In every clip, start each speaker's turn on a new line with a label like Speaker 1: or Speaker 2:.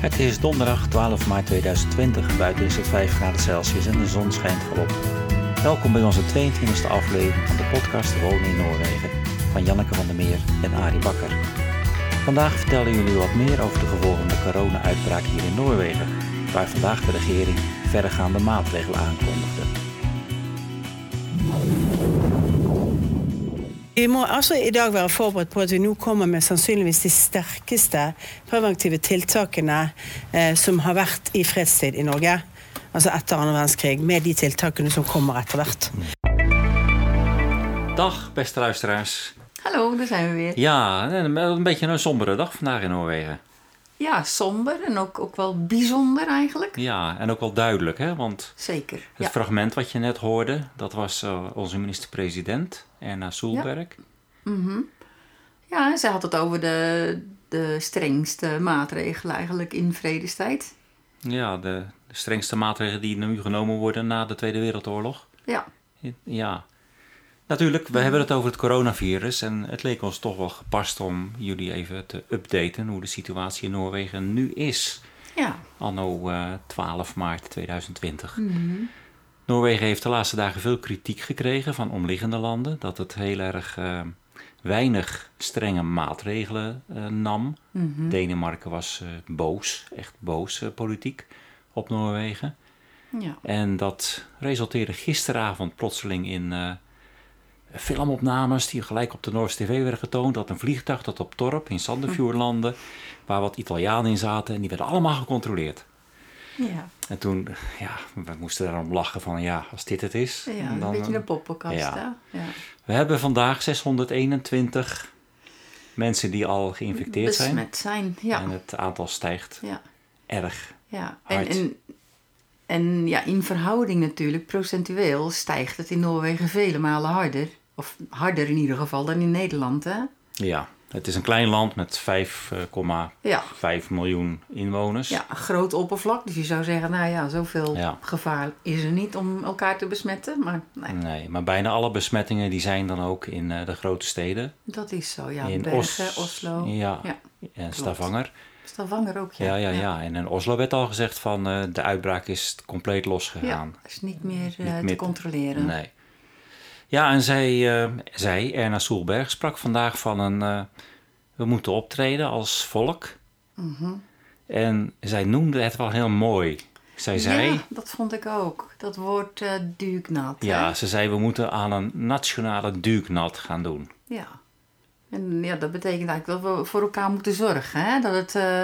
Speaker 1: Het is donderdag 12 maart 2020. Buiten is het 5 graden Celsius en de zon schijnt volop. Welkom bij onze 22e aflevering van de podcast Wonen in Noorwegen van Janneke van der Meer en Arie Bakker. Vandaag vertellen jullie wat meer over de gevolgen van de corona-uitbraak hier in Noorwegen, waar vandaag de regering verregaande maatregelen aankondigde.
Speaker 2: Vi må altså i dag være forberedt på at vi nå kommer med sannsynligvis de sterkeste preventive tiltakene eh, som har vært i fredstid i Norge. Altså etter andre verdenskrig, med de tiltakene som kommer etter hvert.
Speaker 1: Dag beste luisteraars.
Speaker 3: Hallo, daar zijn we weer.
Speaker 1: Ja, een, een beetje een sombere dag vandaag in Noorwegen.
Speaker 3: Ja, somber en ook, ook wel bijzonder eigenlijk.
Speaker 1: Ja, en ook wel duidelijk, hè? want
Speaker 3: Zeker.
Speaker 1: Het
Speaker 3: Ja.
Speaker 1: fragment wat je net hoorde, dat was eh, onze minister-president, Erna Soelberg.
Speaker 3: ja, en zij had het over de, de strengste maatregelen eigenlijk in vredestijd.
Speaker 1: Ja, de, de strengste maatregelen die nu genomen worden na de Tweede Wereldoorlog.
Speaker 3: Ja,
Speaker 1: Ja. Natuurlijk, we hebben het over het coronavirus en het leek ons toch wel gepast om jullie even te updaten hoe de situatie in Noorwegen nu is,
Speaker 3: ja.
Speaker 1: anno eh, 12 maart 2020. Noorwegen heeft de laatste dagen veel kritiek gekregen van omliggende landen. Dat het heel erg eh, weinig strenge maatregelen eh, nam. Denemarken was eh, boos, echt boos eh, politiek op Noorwegen.
Speaker 3: ja.
Speaker 1: En dat resulteerde gisteravond plotseling in eh, filmopnames die gelijk op de Noorse tv werden getoond. Dat een vliegtuig dat op Torp in Sandefjord landde, waar wat Italianen in zaten. En die werden allemaal gecontroleerd.
Speaker 3: ja.
Speaker 1: En toen, ja, we moesten daarom lachen van ja, als dit het is.
Speaker 3: ja
Speaker 1: dan, eh,
Speaker 3: een beetje een poppenkast.
Speaker 1: ja.
Speaker 3: Ja. Ja.
Speaker 1: We hebben vandaag 621 mensen die al geïnfecteerd zijn.
Speaker 3: Besmet zijn, ja.
Speaker 1: En het aantal stijgt
Speaker 3: ja.
Speaker 1: erg.
Speaker 3: Ja, en,
Speaker 1: Hard.
Speaker 3: en, en ja, in verhouding natuurlijk, procentueel stijgt het in Noorwegen vele malen harder. Of harder in ieder geval dan in Nederland, hè?
Speaker 1: Ja, het is een klein land met 5,5
Speaker 3: Ja.
Speaker 1: miljoen inwoners.
Speaker 3: Ja, een groot oppervlak. Dus je zou zeggen, nou ja, zoveel
Speaker 1: Ja.
Speaker 3: gevaar is er niet om elkaar te besmetten. Maar nee,
Speaker 1: Nee, maar bijna alle besmettingen die zijn dan ook in eh, de grote steden.
Speaker 3: dat is zo. Ja,
Speaker 1: in
Speaker 3: Bergen,
Speaker 1: Os-
Speaker 3: Oslo.
Speaker 1: Ja,
Speaker 3: ja.
Speaker 1: en Stavanger.
Speaker 3: Stavanger ook, ja.
Speaker 1: Ja, ja, ja. En in Oslo werd al gezegd van eh, de uitbraak is compleet
Speaker 3: Ja,
Speaker 1: losgegaan.
Speaker 3: is niet meer eh,
Speaker 1: meer-
Speaker 3: te controleren.
Speaker 1: Nee. Ja, en zij, eh, zij, Erna Soelberg, sprak vandaag van een... eh, we moeten optreden als volk.
Speaker 3: Mhm.
Speaker 1: En zij noemde het wel heel mooi. Zij zei...
Speaker 3: Ja, dat vond ik ook. Dat woord eh duiknat. hè?
Speaker 1: Ja, ze zei we moeten aan een nationale duiknat gaan doen.
Speaker 3: Ja. En ja, dat betekent eigenlijk dat we voor elkaar moeten zorgen. Hè? Dat het, eh,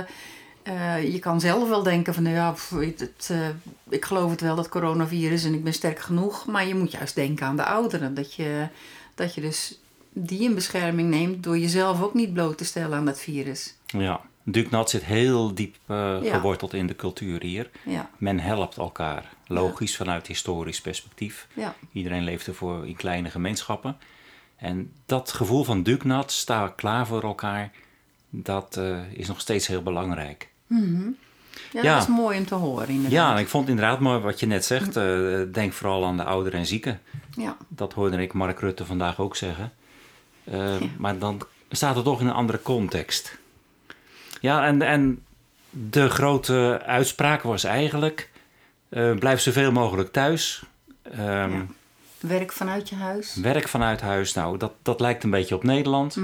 Speaker 3: eh, je kan zelf wel denken van, nou ja, pff, het, het, eh, ik geloof het wel, dat coronavirus en ik ben sterk genoeg. Maar je moet juist denken aan de ouderen. Dat je, dat je dus die in bescherming neemt door jezelf ook niet bloot te stellen aan dat virus.
Speaker 1: Ja, duiknat zit heel diep eh,
Speaker 3: Ja.
Speaker 1: geworteld in de cultuur hier.
Speaker 3: Ja,
Speaker 1: Men helpt elkaar. Logisch vanuit historisch perspectief.
Speaker 3: ja,
Speaker 1: Iedereen leefde voor in kleine gemeenschappen. En dat gevoel van duknat, sta klaar voor elkaar, dat eh, is nog steeds heel belangrijk.
Speaker 3: ja,
Speaker 1: Ja.
Speaker 3: dat is mooi om te horen
Speaker 1: Ja,
Speaker 3: inderdaad.
Speaker 1: en ik vond inderdaad mooi wat je net zegt. eh, denk vooral aan de ouderen en zieken.
Speaker 3: Ja,
Speaker 1: Dat hoorde ik Mark Rutte vandaag ook zeggen. Eh, Maar dan staat het toch in een andere context. Ja, en, en de grote uitspraak was eigenlijk: eh, blijf zoveel mogelijk thuis. Ehm,
Speaker 3: Ja. werk vanuit je huis.
Speaker 1: Werk vanuit huis, nou, dat, dat lijkt een beetje op Nederland.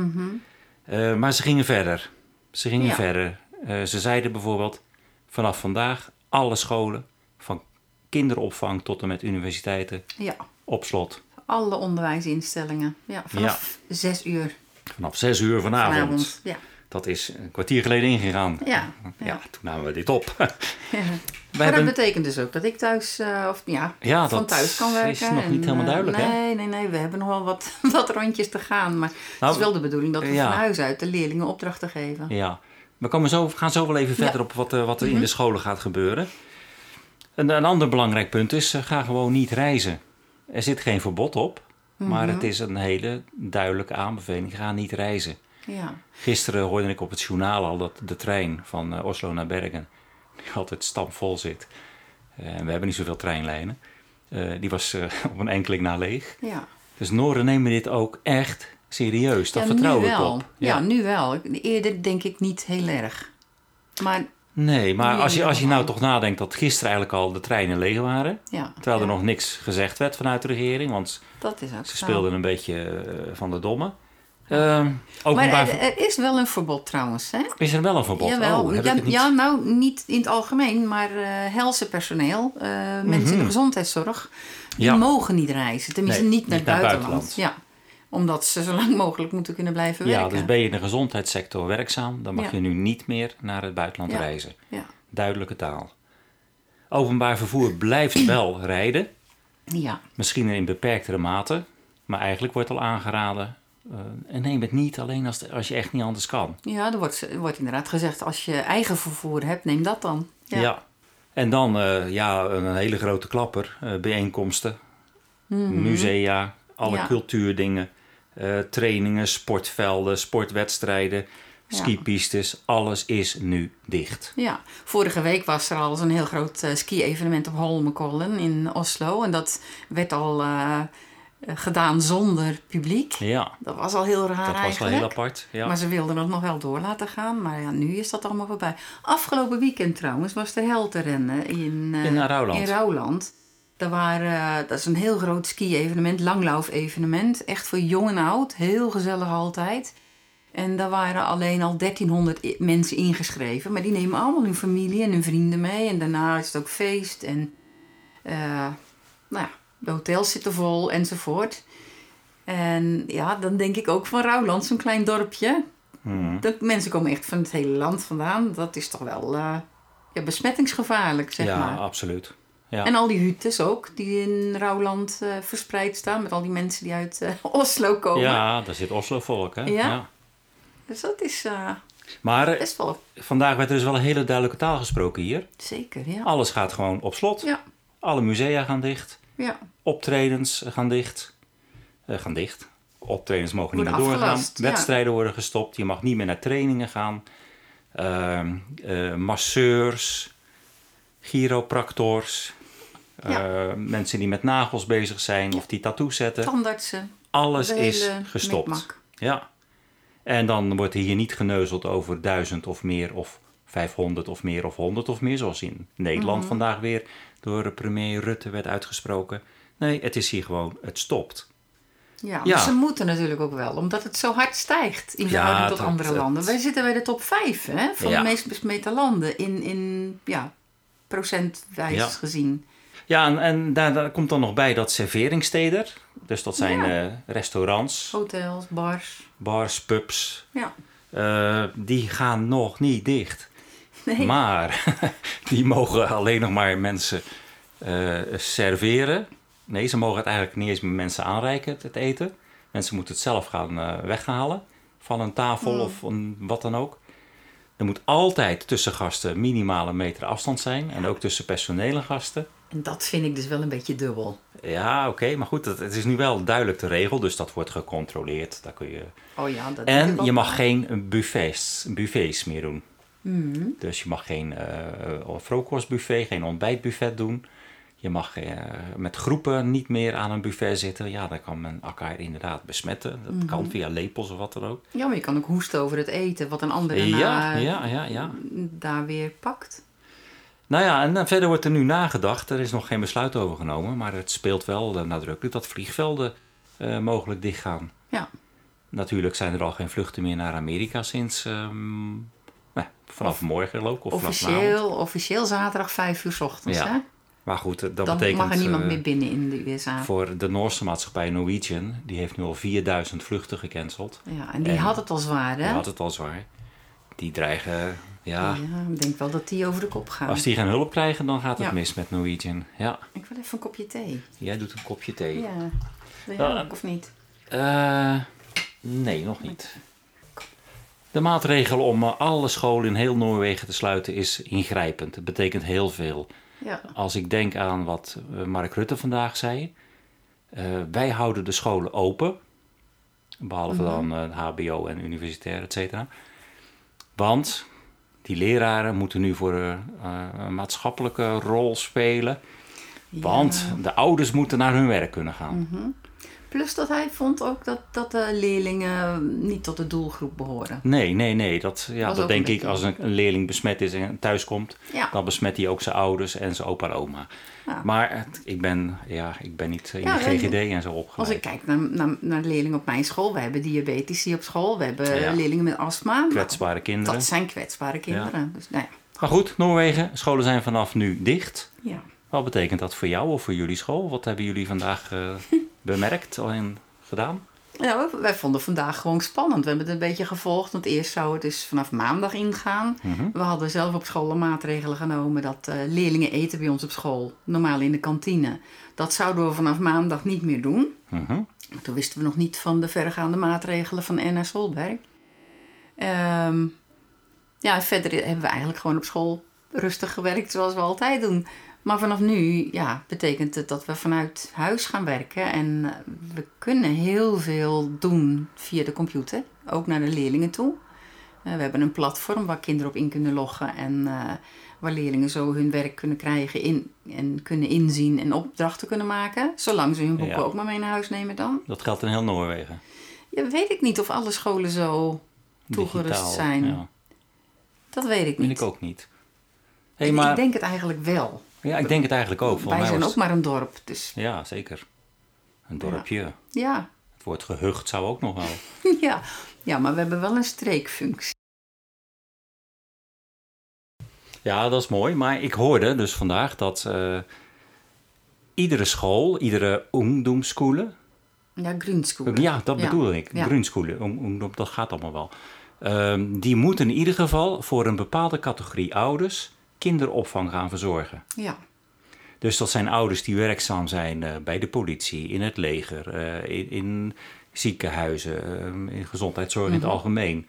Speaker 1: Eh, maar ze gingen verder. Ze gingen
Speaker 3: Mhm. Ja.
Speaker 1: verder. Eh, ze zeiden bijvoorbeeld: vanaf vandaag alle scholen, van kinderopvang tot en met universiteiten,
Speaker 3: Ja,
Speaker 1: op slot.
Speaker 3: alle onderwijsinstellingen. Ja, vanaf zes uur
Speaker 1: Vanaf 6 uur vanavond.
Speaker 3: vanavond. Ja,
Speaker 1: Dat is een kwartier geleden ingegaan.
Speaker 3: ja.
Speaker 1: Ja, toen namen we dit op. Wij
Speaker 3: maar
Speaker 1: hebben-
Speaker 3: dat betekent dus ook dat ik thuis, eh, of ja,
Speaker 1: Ja,
Speaker 3: van
Speaker 1: dat
Speaker 3: thuis kan
Speaker 1: is
Speaker 3: werken.
Speaker 1: nog niet
Speaker 3: en,
Speaker 1: helemaal
Speaker 3: eh,
Speaker 1: duidelijk, hè?
Speaker 3: nee, Nee, nee, We hebben nog wel wat, wat rondjes te gaan. Maar het
Speaker 1: Nou,
Speaker 3: is wel de bedoeling dat we
Speaker 1: ja.
Speaker 3: van huis uit de leerlingen opdrachten geven.
Speaker 1: Ja, we komen zo, we gaan zo wel even verder op wat, eh, wat er
Speaker 3: Mhm.
Speaker 1: in de scholen gaat gebeuren. Een, een ander belangrijk punt is, eh, ga gewoon niet reizen. Er zit geen verbod op, maar
Speaker 3: Mhm.
Speaker 1: het is een hele duidelijke aanbeveling. Ga niet reizen.
Speaker 3: Ja,
Speaker 1: Gisteren hoorde ik op het journaal al dat de trein van eh, Oslo naar Bergen, die altijd stampvol zit. Eh, en we hebben niet zoveel treinlijnen. Eh, die was eh, op een enkeling na leeg.
Speaker 3: ja.
Speaker 1: Dus Noren nemen dit ook echt serieus. Dat
Speaker 3: ja,
Speaker 1: vertrouw
Speaker 3: nu
Speaker 1: ik
Speaker 3: wel.
Speaker 1: op.
Speaker 3: Ja. nu wel. Ik- Eerder denk ik niet heel erg. Maar
Speaker 1: Nee, maar
Speaker 3: Nee,
Speaker 1: als je,
Speaker 3: dat
Speaker 1: als je
Speaker 3: wel.
Speaker 1: nou toch nadenkt dat gisteren eigenlijk al de treinen leeg waren.
Speaker 3: Ja,
Speaker 1: Terwijl er
Speaker 3: ja,
Speaker 1: nog niks gezegd werd vanuit de regering, want
Speaker 3: dat is ook
Speaker 1: ze
Speaker 3: zo.
Speaker 1: speelden een beetje eh, van de domme. Ehm, ook
Speaker 3: Maar
Speaker 1: een paar-
Speaker 3: er, er is wel een verbod trouwens, hè?
Speaker 1: is er wel een verbod?
Speaker 3: Jawel,
Speaker 1: Oh, heb
Speaker 3: ja,
Speaker 1: ik het niet?
Speaker 3: ja, nou niet in het algemeen, maar eh helse personeel, eh, mensen in de gezondheidszorg, die
Speaker 1: Mhm. Ja.
Speaker 3: mogen niet reizen. Tenminste,
Speaker 1: Nee,
Speaker 3: niet naar
Speaker 1: niet
Speaker 3: het
Speaker 1: naar het
Speaker 3: buitenland. Ja, omdat ze zo lang mogelijk moeten kunnen blijven
Speaker 1: Ja,
Speaker 3: werken.
Speaker 1: dus ben je in de gezondheidssector werkzaam, dan mag
Speaker 3: Ja.
Speaker 1: je nu niet meer naar het buitenland
Speaker 3: Ja.
Speaker 1: reizen.
Speaker 3: ja.
Speaker 1: Duidelijke taal. Openbaar vervoer blijft wel rijden,
Speaker 3: ja,
Speaker 1: misschien in beperktere mate, maar eigenlijk wordt al aangeraden. eh, en neem het niet alleen als, als je echt niet anders kan.
Speaker 3: ja, er wordt, er wordt inderdaad gezegd, als je eigen vervoer hebt, neem dat dan.
Speaker 1: Ja. En dan eh, ja, een hele grote klapper. eh, bijeenkomsten, musea, alle
Speaker 3: Mhm. Ja.
Speaker 1: cultuurdingen, eh, trainingen, sportvelden, sportwedstrijden,
Speaker 3: Ja.
Speaker 1: skipistes. Alles is nu dicht.
Speaker 3: Ja, vorige week was er al zo'n heel groot eh, ski-evenement op Holmenkollen in Oslo. En dat werd al eh, eh, gedaan zonder publiek.
Speaker 1: Ja,
Speaker 3: Dat was al heel raar
Speaker 1: dat was wel
Speaker 3: eigenlijk.
Speaker 1: heel apart. Ja.
Speaker 3: Maar ze wilden het nog wel door laten gaan. Maar ja, nu is dat allemaal voorbij. Afgelopen weekend trouwens was de Helterennen in, eh,
Speaker 1: In Rouwland.
Speaker 3: In Rouwland. Daar waren, eh, dat is een heel groot ski-evenement, langlauf-evenement. Echt voor jong en oud. Heel gezellig altijd. En daar waren alleen al 1300 i- mensen ingeschreven. Maar die nemen allemaal hun familie en hun vrienden mee. En daarna is het ook feest. En eh, nou ja, de hotels zitten vol enzovoort. En ja, dan denk ik ook van Rouwland, zo'n klein dorpje.
Speaker 1: Mhm.
Speaker 3: De mensen komen echt van het hele land vandaan. Dat is toch wel eh, ja, besmettingsgevaarlijk, zeg
Speaker 1: ja,
Speaker 3: maar.
Speaker 1: absoluut. Ja.
Speaker 3: En al die hutes ook, die in Rouwland eh, verspreid staan. Met al die mensen die uit eh, Oslo komen.
Speaker 1: ja, daar zit Oslo volk. Hè?
Speaker 3: Ja. Dus dat is eh,
Speaker 1: Maar eh,
Speaker 3: best wel
Speaker 1: vandaag werd er dus wel een hele duidelijke taal gesproken hier.
Speaker 3: zeker, ja.
Speaker 1: Alles gaat gewoon op slot.
Speaker 3: Ja,
Speaker 1: Alle musea gaan dicht.
Speaker 3: ja.
Speaker 1: optredens gaan dicht. Eh, gaan dicht. Optredens mogen niet
Speaker 3: Worden
Speaker 1: meer doorgaan.
Speaker 3: afgelast, ja.
Speaker 1: Wedstrijden worden gestopt. Je mag niet meer naar trainingen gaan. Ehm, eh, masseurs, chiropractors,
Speaker 3: Ja.
Speaker 1: eh, mensen die met nagels bezig zijn of die tattoos zetten.
Speaker 3: tandartsen.
Speaker 1: Alles
Speaker 3: de
Speaker 1: is
Speaker 3: hele
Speaker 1: gestopt.
Speaker 3: mikmak.
Speaker 1: Ja. En dan wordt er hier niet geneuzeld over duizend of meer of 500 of meer of 100 of meer, zoals in Nederland
Speaker 3: Mhm.
Speaker 1: vandaag weer door premier Rutte werd uitgesproken. Nee, het is hier gewoon, het stopt.
Speaker 3: Ja, maar
Speaker 1: Ja.
Speaker 3: ze moeten natuurlijk ook wel, omdat het zo hard stijgt in verhouding tot
Speaker 1: dat-
Speaker 3: andere
Speaker 1: dat-
Speaker 3: landen. Wij zitten bij de top 5 hè, van
Speaker 1: Ja.
Speaker 3: de meest besmette landen in, in ja, procentwijs
Speaker 1: Ja.
Speaker 3: gezien.
Speaker 1: Ja, en, en daar, daar komt dan nog bij dat serveringsteder, dus dat zijn eh, restaurants,
Speaker 3: Hotels, bars.
Speaker 1: bars, pubs,
Speaker 3: Ja.
Speaker 1: eh, die gaan nog niet dicht.
Speaker 3: Nee.
Speaker 1: Maar die mogen alleen nog maar mensen eh, serveren. Nee, ze mogen het eigenlijk niet eens meer mensen aanreiken, het eten. Mensen moeten het zelf gaan eh, weghalen van een tafel of een, wat dan ook. Er moet altijd tussen gasten minimale meter afstand zijn. En ook tussen personele gasten.
Speaker 3: En dat vind ik dus wel een beetje dubbel.
Speaker 1: Ja, oké, maar goed, dat, het is nu wel duidelijk de regel, dus dat wordt gecontroleerd. Daar kun je...
Speaker 3: Oh ja, dat denk ik
Speaker 1: En
Speaker 3: ook
Speaker 1: je mag
Speaker 3: wel.
Speaker 1: geen buffets, buffets meer doen.
Speaker 3: Mhm.
Speaker 1: Dus je mag geen eh vroegkostbuffet, geen ontbijtbuffet doen. Je mag eh, met groepen niet meer aan een buffet zitten. Ja, dan kan men elkaar inderdaad besmetten.
Speaker 3: Mhm.
Speaker 1: Dat kan via lepels of wat dan ook.
Speaker 3: Ja, maar je kan ook hoesten over het eten, wat een ander daarna
Speaker 1: Ja, ja, ja, ja.
Speaker 3: daar weer pakt.
Speaker 1: Nou ja, en dan verder wordt er nu nagedacht. Er is nog geen besluit over genomen. Maar het speelt wel eh, nadrukkelijk dat vliegvelden eh, mogelijk dichtgaan.
Speaker 3: Ja,
Speaker 1: Natuurlijk zijn er al geen vluchten meer naar Amerika sinds ehm, nou, vanaf morgen geloof ik. Of vanaf vanavond.
Speaker 3: officieel, officieel zaterdag 5 uur 's ochtends.
Speaker 1: Ja,
Speaker 3: hè?
Speaker 1: Maar goed, dat
Speaker 3: Dan
Speaker 1: betekent
Speaker 3: mag er niemand
Speaker 1: eh,
Speaker 3: meer binnen in de USA.
Speaker 1: voor de Noorse maatschappij Norwegian. Die heeft nu al 4000 vluchten gecanceld.
Speaker 3: Ja, en die
Speaker 1: en-
Speaker 3: had het al zwaar,
Speaker 1: Die
Speaker 3: hè?
Speaker 1: had het al zwaar. Die dreigen, ja,
Speaker 3: Oh Ja, ik denk wel dat die over de kop gaan.
Speaker 1: Ah. als die geen hulp krijgen dan gaat het
Speaker 3: Ja.
Speaker 1: mis met Norwegian. Ja,
Speaker 3: Ik wil even een kopje thee.
Speaker 1: jij doet een kopje thee.
Speaker 3: Ja. Wil jij
Speaker 1: Ja.
Speaker 3: ook of niet?
Speaker 1: Eh, nee, nog niet. De maatregel om eh, alle scholen in heel Noorwegen te sluiten is ingrijpend. Het betekent heel veel.
Speaker 3: Ja.
Speaker 1: Als ik denk aan wat eh, Mark Rutte vandaag zei. eh, wij houden de scholen open.
Speaker 3: Mhm.
Speaker 1: Behalve dan eh, HBO en universitair, et cetera. Want die leraren moeten nu voor eh, een maatschappelijke
Speaker 3: Mhm.
Speaker 1: rol spelen. Want de ouders moeten naar hun werk kunnen gaan.
Speaker 3: Plus dat hij vond ook dat, dat de leerlingen niet tot de doelgroep behoren.
Speaker 1: Nee, nee, nee. Dat, ja, dat
Speaker 3: Was ook een
Speaker 1: denk ik
Speaker 3: beetje-
Speaker 1: als een een leerling besmet is en thuis komt,
Speaker 3: Ja.
Speaker 1: dan besmet hij ook zijn ouders en zijn opa en oma.
Speaker 3: Ja.
Speaker 1: Maar het- ik ben, ja, ik ben niet eh, in
Speaker 3: Ja,
Speaker 1: de
Speaker 3: en-
Speaker 1: GGD en zo opgeleid.
Speaker 3: Als ik kijk naar, naar, naar leerlingen op mijn school, we hebben diabetici op school, we hebben
Speaker 1: Ja.
Speaker 3: leerlingen met astma. Nou,
Speaker 1: Kwetsbare kinderen.
Speaker 3: Dat zijn kwetsbare kinderen. Dus nou ja.
Speaker 1: Maar goed, Noorwegen, scholen zijn vanaf nu dicht.
Speaker 3: ja.
Speaker 1: Wat betekent dat voor jou of voor jullie school? Wat hebben jullie vandaag eh, bemerkt en gedaan?
Speaker 3: Ja, we- wij vonden vandaag gewoon spannend. We hebben het een beetje gevolgd, want eerst zou het dus vanaf maandag ingaan. We hadden zelf op school al maatregelen genomen dat eh, leerlingen eten bij ons op school, normaal in de kantine. Dat zouden we vanaf maandag niet meer doen.
Speaker 1: Mhm.
Speaker 3: Maar Toen wisten we nog niet van de verregaande maatregelen van Anna Solberg. Ehm, ja, en verder hebben we eigenlijk gewoon op school rustig gewerkt zoals we altijd doen. Maar vanaf nu ja, betekent het dat we vanuit huis gaan werken. En eh, we kunnen heel veel doen via de computer, ook naar de leerlingen toe. Eh, we hebben een platform waar kinderen op in kunnen loggen en eh, waar leerlingen zo hun werk kunnen krijgen in, en kunnen inzien en opdrachten kunnen maken. Zolang ze hun boeken
Speaker 1: Ja.
Speaker 3: ook maar mee naar huis nemen dan.
Speaker 1: Dat geldt in heel Noorwegen.
Speaker 3: Ja, weet ik niet of alle scholen zo toegerust
Speaker 1: Digitaal,
Speaker 3: zijn.
Speaker 1: Ja,
Speaker 3: Dat weet ik
Speaker 1: vind
Speaker 3: niet.
Speaker 1: ik ook niet.
Speaker 3: En
Speaker 1: Hey, maar,
Speaker 3: Ik denk het eigenlijk wel.
Speaker 1: ja, ik denk het eigenlijk ook. Volgens
Speaker 3: Wij
Speaker 1: mij
Speaker 3: zijn
Speaker 1: was
Speaker 3: ook maar een dorp, dus
Speaker 1: Ja, zeker. Een dorpje.
Speaker 3: ja.
Speaker 1: Het woord gehucht zou ook nog wel.
Speaker 3: ja. Ja, maar we hebben wel een streekfunctie.
Speaker 1: Ja, dat is mooi. Maar ik hoorde dus vandaag dat eh, iedere school, iedere ungdomsschule...
Speaker 3: Ja, Grünschool.
Speaker 1: Ja, dat
Speaker 3: Ja.
Speaker 1: bedoelde ik.
Speaker 3: Ja.
Speaker 1: Grunschoolen, om- om- dat gaat allemaal wel. Ehm, die moeten in ieder geval voor een bepaalde categorie ouders kinderopvang gaan verzorgen.
Speaker 3: Ja.
Speaker 1: Dus dat zijn ouders die werkzaam zijn eh, bij de politie, in het leger, eh, in, in ziekenhuizen, eh, in gezondheidszorg in
Speaker 3: Mhm.
Speaker 1: het algemeen.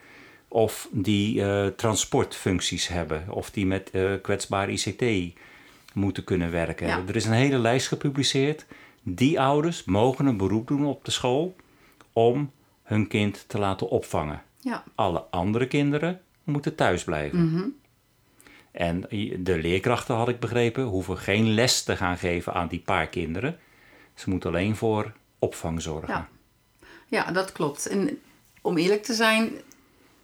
Speaker 1: Of die eh, transportfuncties hebben, of die met eh, kwetsbaar ICT moeten kunnen werken.
Speaker 3: Ja.
Speaker 1: Er is een hele lijst gepubliceerd. Die ouders mogen een beroep doen op de school om hun kind te laten opvangen.
Speaker 3: Ja.
Speaker 1: Alle andere kinderen moeten thuis blijven. En de leerkrachten, had ik begrepen, hoeven geen les te gaan geven aan die paar kinderen. Ze moeten alleen voor opvang zorgen.
Speaker 3: Ja. ja, dat klopt. En om eerlijk te zijn,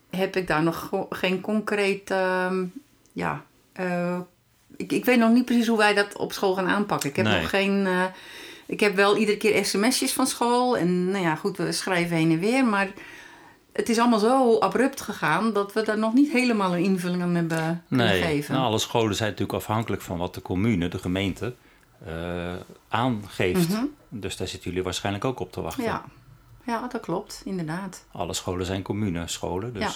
Speaker 3: heb ik daar nog go- geen concreet. ehm, ja, eh, ik, ik weet nog niet precies hoe wij dat op school gaan aanpakken. Ik heb
Speaker 1: Nee.
Speaker 3: nog geen. eh, ik heb wel iedere keer sms'jes van school. En nou ja, goed, we schrijven heen en weer. Maar het is allemaal zo abrupt gegaan dat we daar nog niet helemaal een invulling aan hebben kunnen
Speaker 1: Nee,
Speaker 3: geven.
Speaker 1: nou, alle scholen zijn natuurlijk afhankelijk van wat de commune, de gemeente, eh, aangeeft. Dus daar zitten jullie waarschijnlijk ook op te wachten.
Speaker 3: Mhm. ja. ja, dat klopt, inderdaad.
Speaker 1: Alle scholen zijn communescholen, dus...
Speaker 3: Ja.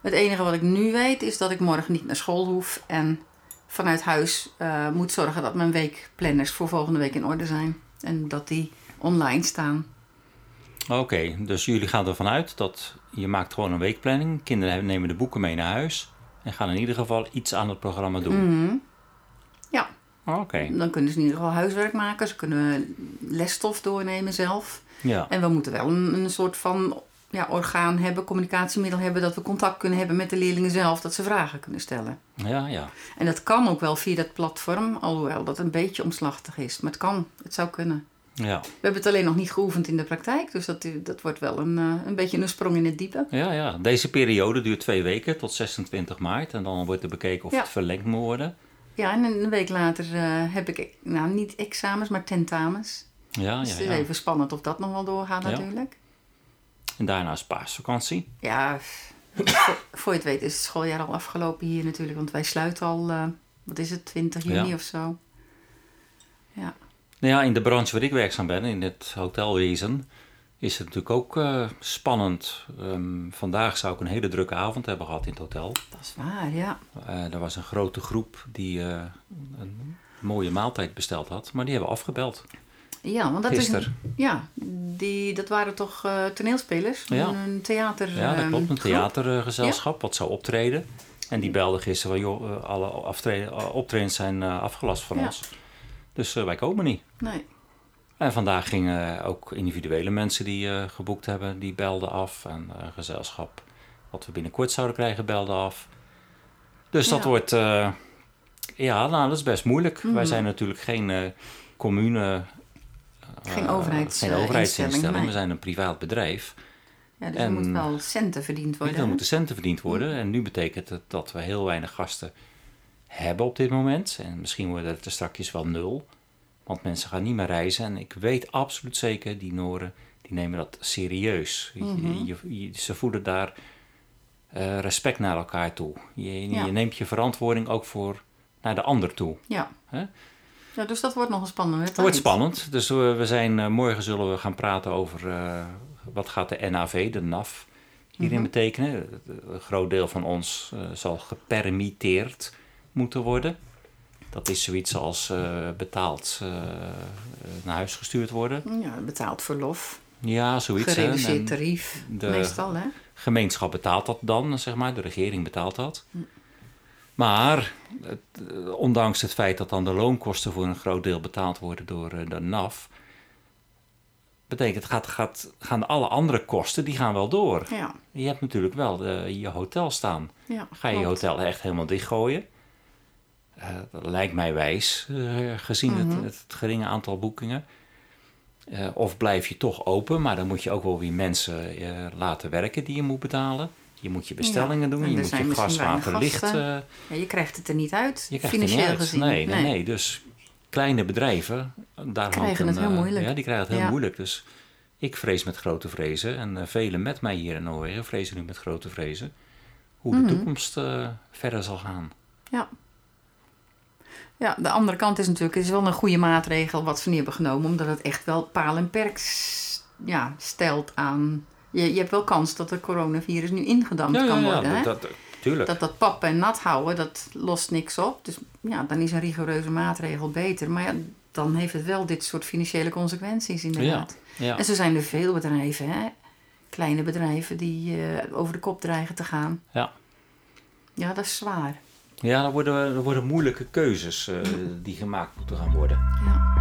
Speaker 3: Het enige wat ik nu weet is dat ik morgen niet naar school hoef en vanuit huis eh, moet zorgen dat mijn weekplanners voor volgende week in orde zijn en dat die online staan.
Speaker 1: Oké, dus jullie gaan ervan uit dat je maakt gewoon een weekplanning. Kinderen hebben- nemen de boeken mee naar huis en gaan in ieder geval iets aan het programma doen.
Speaker 3: Mhm. Ja,
Speaker 1: Oké,
Speaker 3: dan kunnen ze in ieder geval huiswerk maken, ze kunnen lesstof doornemen zelf.
Speaker 1: ja.
Speaker 3: En we moeten wel een, een soort van ja, orgaan hebben, communicatiemiddel hebben, dat we contact kunnen hebben met de leerlingen zelf, dat ze vragen kunnen stellen.
Speaker 1: ja, ja.
Speaker 3: En dat kan ook wel via dat platform, alhoewel dat een beetje omslachtig is, maar het kan, het zou kunnen.
Speaker 1: Ja,
Speaker 3: We hebben het alleen nog niet geoefend in de praktijk, dus dat, dat wordt wel een, eh, een beetje een sprong in het diepe.
Speaker 1: ja, ja. Deze periode duurt twee weken tot 26 maart. En dan wordt er bekeken of
Speaker 3: Ja.
Speaker 1: het verlengd moet worden.
Speaker 3: Ja, en een week later eh, heb ik, e- nou niet examens, maar tentamens.
Speaker 1: Ja,
Speaker 3: Dus
Speaker 1: Ah, ja,
Speaker 3: het is
Speaker 1: ja.
Speaker 3: even spannend of dat nog wel doorgaat
Speaker 1: Ja.
Speaker 3: natuurlijk.
Speaker 1: En daarna is paasvakantie.
Speaker 3: Ja, voor, voor je het weet is het schooljaar al afgelopen hier natuurlijk, want wij sluiten al, eh, wat is het, 20 juni
Speaker 1: Ja.
Speaker 3: of zo. Ja,
Speaker 1: Nou ja, in de branche waar ik werkzaam ben, in het hotelwezen, is het natuurlijk ook eh, spannend. Ehm, vandaag zou ik een hele drukke avond hebben gehad in het hotel.
Speaker 3: dat is waar, ja.
Speaker 1: Eh, er was een grote groep die eh, een mooie maaltijd besteld had, maar die hebben afgebeld.
Speaker 3: Ja, want dat is...
Speaker 1: Gisteren.
Speaker 3: Ja, die, dat waren toch eh, toneelspelers?
Speaker 1: Ja.
Speaker 3: Een, een theater...
Speaker 1: Ja, dat
Speaker 3: ehm,
Speaker 1: klopt. Een
Speaker 3: groep.
Speaker 1: theatergezelschap wat zou optreden. En die belde gisteren van, joh, eh, alle aftreden- eh, optredens zijn eh, afgelast van
Speaker 3: Ja.
Speaker 1: ons. Dus eh, wij komen niet.
Speaker 3: Nee.
Speaker 1: En vandaag gingen eh, ook individuele mensen die eh, geboekt hebben, die belden af. En eh, een gezelschap wat we binnenkort zouden krijgen, belde af. Dus dat
Speaker 3: Ja. Mhm.
Speaker 1: wordt, eh, ja, nou, dat is best moeilijk. Wij zijn natuurlijk geen eh, commune eh,
Speaker 3: Geen
Speaker 1: geen
Speaker 3: overheidsinstelling,
Speaker 1: overheidsinstelling.
Speaker 3: nee.
Speaker 1: We zijn een privaat bedrijf.
Speaker 3: Ja, dus
Speaker 1: En-
Speaker 3: er moet wel centen verdiend worden. Mm.
Speaker 1: Er
Speaker 3: hè?
Speaker 1: moeten centen verdiend worden. En nu betekent het dat we heel weinig gasten hebben op dit moment. En misschien worden het er strakjes wel nul. Want mensen gaan niet meer reizen. En ik weet absoluut zeker, die Noren, die nemen dat serieus. Je-
Speaker 3: Mhm.
Speaker 1: je- je- ze voelen daar eh, respect naar elkaar toe. Je, je
Speaker 3: Ja.
Speaker 1: neemt je verantwoording ook voor naar de ander toe.
Speaker 3: Ja.
Speaker 1: Hè?
Speaker 3: ja, dus dat wordt nog een spannende tijd.
Speaker 1: Het wordt spannend. Dus we, we zijn, eh, morgen zullen we gaan praten over eh, wat gaat de NAV, de NAF, hierin betekenen. Een groot deel van ons eh, zal gepermitteerd moeten worden. Dat is zoiets als eh, betaald eh, naar huis gestuurd worden.
Speaker 3: Ja, betaald verlof,
Speaker 1: Ja, zoiets. hè.
Speaker 3: gereduceerd
Speaker 1: En
Speaker 3: tarief,
Speaker 1: de-
Speaker 3: meestal hè.
Speaker 1: de gemeenschap betaalt dat dan, zeg maar. De regering betaalt dat. Maar het, eh, ondanks het feit dat dan de loonkosten voor een groot deel betaald worden door eh, de NAF, betekent gaat, gaat, gaan alle andere kosten die gaan wel door.
Speaker 3: Ja,
Speaker 1: Je hebt natuurlijk wel eh, je hotel staan.
Speaker 3: ja.
Speaker 1: Ga je je
Speaker 3: klopt.
Speaker 1: hotel echt helemaal dichtgooien? Eh, dat lijkt mij wijs, eh, gezien
Speaker 3: Mhm.
Speaker 1: het, het geringe aantal boekingen. Eh, of blijf je toch open, maar dan moet je ook wel weer mensen eh, laten werken die je moet betalen. Je moet je bestellingen
Speaker 3: en
Speaker 1: doen,
Speaker 3: er
Speaker 1: je moet
Speaker 3: zijn
Speaker 1: je gas,
Speaker 3: misschien weinig
Speaker 1: water, licht.
Speaker 3: gasten.
Speaker 1: eh,
Speaker 3: Ja, je krijgt het er niet uit,
Speaker 1: je krijgt er
Speaker 3: financieel
Speaker 1: niet uit.
Speaker 3: gezien.
Speaker 1: Nee, nee, nee. Dus kleine bedrijven, daar hangt
Speaker 3: Krijgen
Speaker 1: een,
Speaker 3: het heel
Speaker 1: eh,
Speaker 3: moeilijk.
Speaker 1: Ja, die krijgen het heel
Speaker 3: Ja.
Speaker 1: moeilijk. Dus ik vrees met grote vrezen. En eh, velen met mij hier in Noorwegen vrezen nu met grote vrezen. Hoe
Speaker 3: Mhm.
Speaker 1: de toekomst eh, verder zal gaan.
Speaker 3: Ja. Ja, de andere kant is natuurlijk, het is wel een goede maatregel wat ze nu hebben genomen, omdat het echt wel paal en perk s- ja, stelt aan. Je, je hebt wel kans dat het coronavirus nu ingedamd kan worden. hè?
Speaker 1: dat, dat, tuurlijk.
Speaker 3: dat dat pap en nat houden, dat lost niks op. Dus ja, dan is een rigoureuze maatregel beter. Maar ja, dan heeft het wel dit soort financiële consequenties
Speaker 1: ja,
Speaker 3: inderdaad.
Speaker 1: ja.
Speaker 3: En zo zijn er veel bedrijven, hè? kleine bedrijven, die eh, over de kop dreigen te gaan.
Speaker 1: ja.
Speaker 3: Ja, dat is zwaar.
Speaker 1: ja er, worden, er worden moeilijke keuzes eh, die gemaakt moeten gaan worden.
Speaker 3: Ja.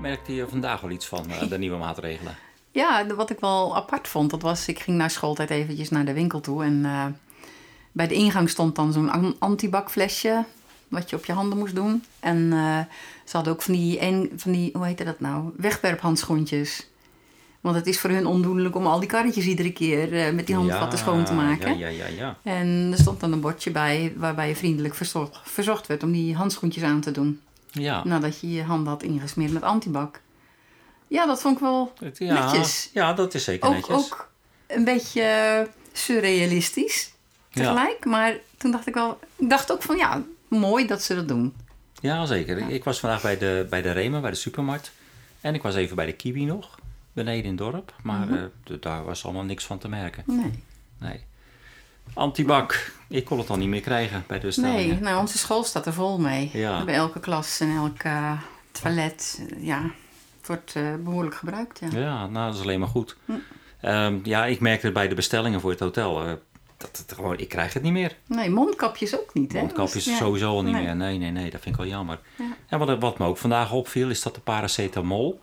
Speaker 1: Merkte je vandaag wel iets van eh, de nieuwe maatregelen?
Speaker 3: Ja, de- wat ik wel apart vond, dat was, ik ging na schooltijd eventjes naar de winkel toe. En eh, bij de ingang stond dan zo'n an- antibakflesje, wat je op je handen moest doen. En eh, ze hadden ook van die, een, van die, hoe heette dat nou, wegwerphandschoentjes. Want het is voor hun ondoenlijk om al die karretjes iedere keer eh, met die handvatten schoon te maken.
Speaker 1: Ja, ja, ja. ja.
Speaker 3: En er stond dan een bordje bij waarbij je vriendelijk verzocht, verzocht werd om die handschoentjes aan te doen.
Speaker 1: ja.
Speaker 3: Nadat je je handen had ingesmeerd met antibak. Ja, dat vond ik wel
Speaker 1: Het- ja,
Speaker 3: netjes.
Speaker 1: ja, dat is zeker
Speaker 3: ook,
Speaker 1: netjes.
Speaker 3: ook een beetje eh, surrealistisch
Speaker 1: Ja.
Speaker 3: tegelijk. Maar toen dacht ik wel, ik dacht ook van ja, mooi dat ze dat doen.
Speaker 1: Ja, zeker. Ik- Ik was vandaag bij de, bij de Rema, bij de supermarkt. En ik was even bij de Kiwi nog, beneden in het dorp. Maar
Speaker 3: Mhm.
Speaker 1: eh, d- daar was allemaal niks van te merken.
Speaker 3: Nee,
Speaker 1: Nee. Antibak. Ik kon het al niet meer krijgen bij de bestellingen.
Speaker 3: nee nou, onze school staat er vol mee.
Speaker 1: Ja.
Speaker 3: Bij elke klas en elk eh, toilet. Ja, het wordt eh, behoorlijk gebruikt. Ja.
Speaker 1: Ja, nou, dat is alleen maar goed.
Speaker 3: Hm.
Speaker 1: Ehm, ja, ik merkte het bij de bestellingen voor het hotel. eh, dat het gewoon, ik krijg het niet meer.
Speaker 3: Nee, mondkapjes ook niet. Hè?
Speaker 1: Mondkapjes
Speaker 3: Dus, ja.
Speaker 1: sowieso al niet
Speaker 3: Nee.
Speaker 1: meer. Nee, nee, nee, dat vind ik wel jammer.
Speaker 3: Ja.
Speaker 1: En wat, wat me ook vandaag opviel, is dat de paracetamol...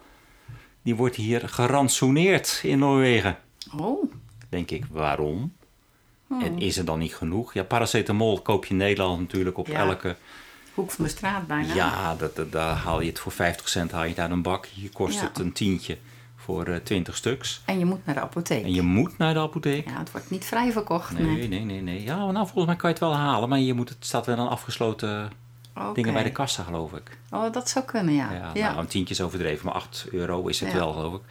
Speaker 1: die wordt hier gerantsoeneerd in Noorwegen.
Speaker 3: Oh,
Speaker 1: Denk ik, waarom?
Speaker 3: Hmm.
Speaker 1: En is er dan niet genoeg? Ja, paracetamol koop je in Nederland natuurlijk op
Speaker 3: Ja.
Speaker 1: elke...
Speaker 3: hoek van de straat bijna.
Speaker 1: Ja, dat, dat- daar haal je het voor 50 cent haal je het uit een bak. Hier kost
Speaker 3: Ja.
Speaker 1: het een tientje voor eh 20 stuks.
Speaker 3: En je moet naar de apotheek.
Speaker 1: En je moet naar de apotheek.
Speaker 3: Ja, het wordt niet vrij verkocht. Nee.
Speaker 1: Nee, nee, nee, nee. Ja, maar nou, volgens mij kan je het wel halen, maar je moet het staat wel aan afgesloten
Speaker 3: Oké.
Speaker 1: dingen bij de kassa, geloof ik.
Speaker 3: Oh, dat zou kunnen, ja.
Speaker 1: Ja,
Speaker 3: Ja,
Speaker 1: Nou, een tientje is overdreven, maar 8 euro is het
Speaker 3: Ja.
Speaker 1: wel, geloof ik.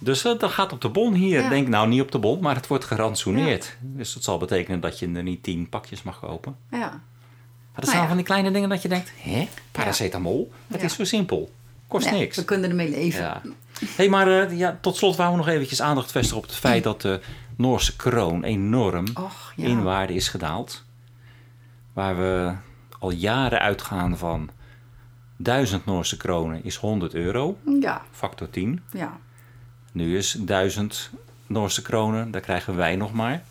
Speaker 1: Dus eh, dat gaat op de bon hier.
Speaker 3: Ja.
Speaker 1: Denk nou niet op de bon, maar het wordt gerantsoeneerd. Dus dat zal betekenen dat je er niet 10 pakjes mag kopen.
Speaker 3: ja.
Speaker 1: Maar dat
Speaker 3: Nou
Speaker 1: zijn
Speaker 3: ja.
Speaker 1: van die kleine dingen dat je denkt, hè, paracetamol? Dat
Speaker 3: Ja.
Speaker 1: is zo simpel. Kost
Speaker 3: Ja,
Speaker 1: niks.
Speaker 3: We kunnen ermee leven.
Speaker 1: Ja. hey, maar eh, ja, tot slot wou we nog eventjes aandacht vestigen op het feit dat de Noorse kroon enorm
Speaker 3: Och, ja.
Speaker 1: in waarde is gedaald. Waar we al jaren uitgaan van 1000 Noorse kronen is 100 euro,
Speaker 3: Ja,
Speaker 1: factor 10.
Speaker 3: ja.
Speaker 1: Nu is 1000 Noorse kronen, daar krijgen wij nog maar.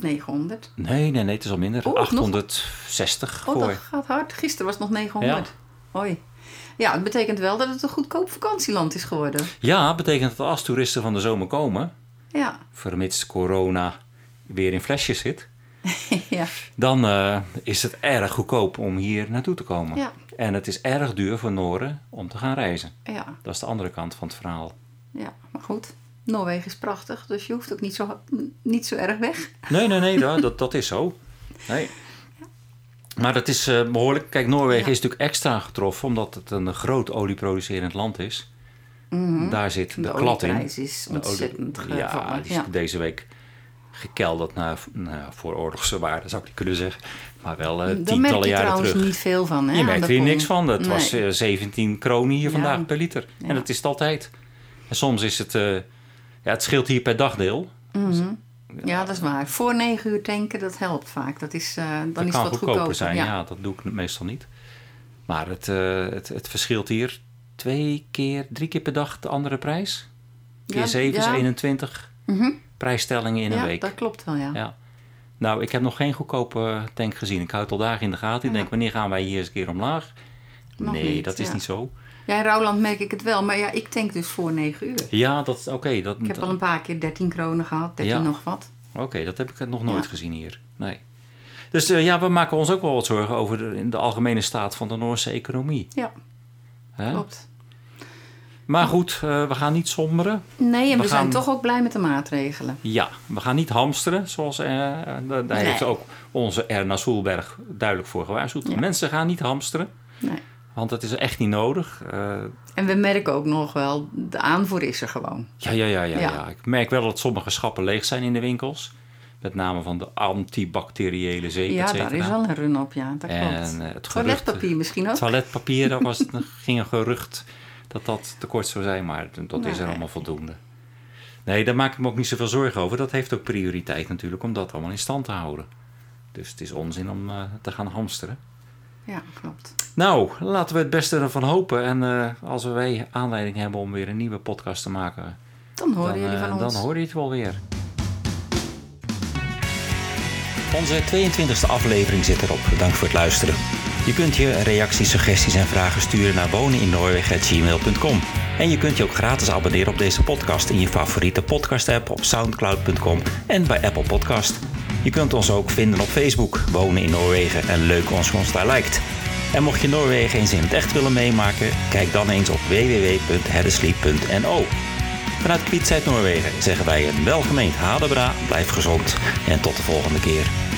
Speaker 3: 900.
Speaker 1: Nee, nee, nee, het is al minder.
Speaker 3: Oh, nog-
Speaker 1: 860
Speaker 3: Oh, dat
Speaker 1: voor.
Speaker 3: gaat hard. Gisteren was het nog 900. Hoi. Ja, het betekent wel dat het een goedkoop vakantieland is geworden.
Speaker 1: Ja, betekent dat als toeristen van de zomer komen,
Speaker 3: Ja,
Speaker 1: vermits corona weer in flesjes zit,
Speaker 3: ja.
Speaker 1: dan eh, is het erg goedkoop om hier naartoe te komen.
Speaker 3: Ja.
Speaker 1: En het is erg duur voor Noren om te gaan reizen.
Speaker 3: ja.
Speaker 1: Dat is de andere kant van het verhaal.
Speaker 3: Ja, maar goed. Noorwegen is prachtig, dus je hoeft ook niet zo, niet zo erg weg.
Speaker 1: Nee, nee, nee, dat, dat, dat is zo. Nee. Maar dat is eh, behoorlijk. Kijk, Noorwegen is natuurlijk extra getroffen omdat het een groot olieproducerend land is. Daar zit de,
Speaker 3: Mhm. De
Speaker 1: klad in.
Speaker 3: olieprijs is
Speaker 1: De olie-
Speaker 3: ontzettend
Speaker 1: Ja,
Speaker 3: gevallen,
Speaker 1: die is
Speaker 3: ja.
Speaker 1: deze week gekelderd naar, naar vooroorlogse waarde, zou ik niet kunnen zeggen. Maar wel eh,
Speaker 3: Daar merk
Speaker 1: tientallen
Speaker 3: je
Speaker 1: jaren
Speaker 3: trouwens
Speaker 1: terug.
Speaker 3: niet veel van. Hè,
Speaker 1: je
Speaker 3: aan
Speaker 1: merkt
Speaker 3: de
Speaker 1: er hier
Speaker 3: pomp.
Speaker 1: niks van. Het
Speaker 3: Nee.
Speaker 1: was eh, 17 kronen hier vandaag
Speaker 3: Ja.
Speaker 1: per liter.
Speaker 3: Ja.
Speaker 1: En dat is het altijd. En soms is het... eh, ja, het scheelt hier per dagdeel. eh,
Speaker 3: Ja, dat is waar. Voor negen uur tanken, dat helpt vaak. Dat is, eh, dan
Speaker 1: Dat
Speaker 3: is
Speaker 1: kan
Speaker 3: dat
Speaker 1: goedkoper, zijn, ja. Dat doe ik meestal niet. Maar het, eh, het, het verschilt hier twee keer, drie keer per dag de andere prijs. Keer
Speaker 3: Ja,
Speaker 1: 7
Speaker 3: ja.
Speaker 1: is 21
Speaker 3: Mhm.
Speaker 1: prijsstellingen in een
Speaker 3: Ja,
Speaker 1: week.
Speaker 3: dat klopt wel, ja.
Speaker 1: Ja. Nou, ik heb nog geen goedkope tank gezien. Ik hou het al dagen in de gaten. Ik denk, wanneer gaan wij hier eens een keer omlaag?
Speaker 3: Nog
Speaker 1: nee,
Speaker 3: niet,
Speaker 1: dat is
Speaker 3: ja.
Speaker 1: niet zo.
Speaker 3: Ja, in Rouwland merk ik het wel. Maar ja, ik tank dus voor negen uur.
Speaker 1: Ja, dat oké. dat,
Speaker 3: Ik heb al een paar keer 13 kronen gehad, 13
Speaker 1: Ja.
Speaker 3: nog wat.
Speaker 1: Oké, dat heb ik nog nooit
Speaker 3: Ja.
Speaker 1: gezien hier. Nee. Dus eh, ja, we maken ons ook wel wat zorgen over de, de algemene staat van de Noorse economie.
Speaker 3: Ja,
Speaker 1: Hè?
Speaker 3: klopt.
Speaker 1: Maar goed, eh, we gaan niet somberen.
Speaker 3: Nee, en
Speaker 1: We
Speaker 3: we,
Speaker 1: gaan-
Speaker 3: zijn toch ook blij met de maatregelen.
Speaker 1: Ja, we gaan niet hamsteren, zoals eh, eh, daar
Speaker 3: Nee.
Speaker 1: heeft ook onze Erna Soelberg duidelijk voor gewaarschuwd.
Speaker 3: Ja.
Speaker 1: Mensen gaan niet hamsteren,
Speaker 3: Nee.
Speaker 1: want dat is echt niet nodig. Eh,
Speaker 3: En we merken ook nog wel, de aanvoer is er gewoon.
Speaker 1: ja, ja, ja, ja, ja,
Speaker 3: Ja.
Speaker 1: Ik merk wel dat sommige schappen leeg zijn in de winkels. Met name van de antibacteriële zeep, et
Speaker 3: Ja,
Speaker 1: cetera.
Speaker 3: daar is wel een run op, ja. Dat
Speaker 1: En,
Speaker 3: klopt.
Speaker 1: eh, het
Speaker 3: Toiletpapier
Speaker 1: gerucht-
Speaker 3: misschien ook.
Speaker 1: Toiletpapier, daar was, daar ging een gerucht dat dat tekort zou zijn, maar dat is er
Speaker 3: Nee.
Speaker 1: allemaal voldoende. Nee, daar maak ik me ook niet zoveel zorgen over. Dat heeft ook prioriteit natuurlijk om dat allemaal in stand te houden. Dus het is onzin om eh, te gaan hamsteren.
Speaker 3: Ja, klopt.
Speaker 1: Nou, laten we het beste ervan hopen. En eh, als wij aanleiding hebben om weer een nieuwe podcast te maken,
Speaker 3: Dan horen
Speaker 1: dan,
Speaker 3: jullie
Speaker 1: eh,
Speaker 3: van
Speaker 1: dan
Speaker 3: ons.
Speaker 1: hoor je het wel weer.
Speaker 4: Onze 22e aflevering zit erop. Bedankt voor het luisteren. Je kunt je reacties, suggesties en vragen sturen naar woneninnoorwegen.gmail.com. En je kunt je ook gratis abonneren op deze podcast in je favoriete podcast-app op soundcloud.com en bij Apple Podcast. Je kunt ons ook vinden op Facebook, Wonen in Noorwegen en leuk als je ons daar lijkt. En mocht je Noorwegen eens in het echt willen meemaken, kijk dan eens op www.herdesliep.no. Vanuit Kwiet Noorwegen zeggen wij een welgemeend hadebra, blijf gezond en tot de volgende keer.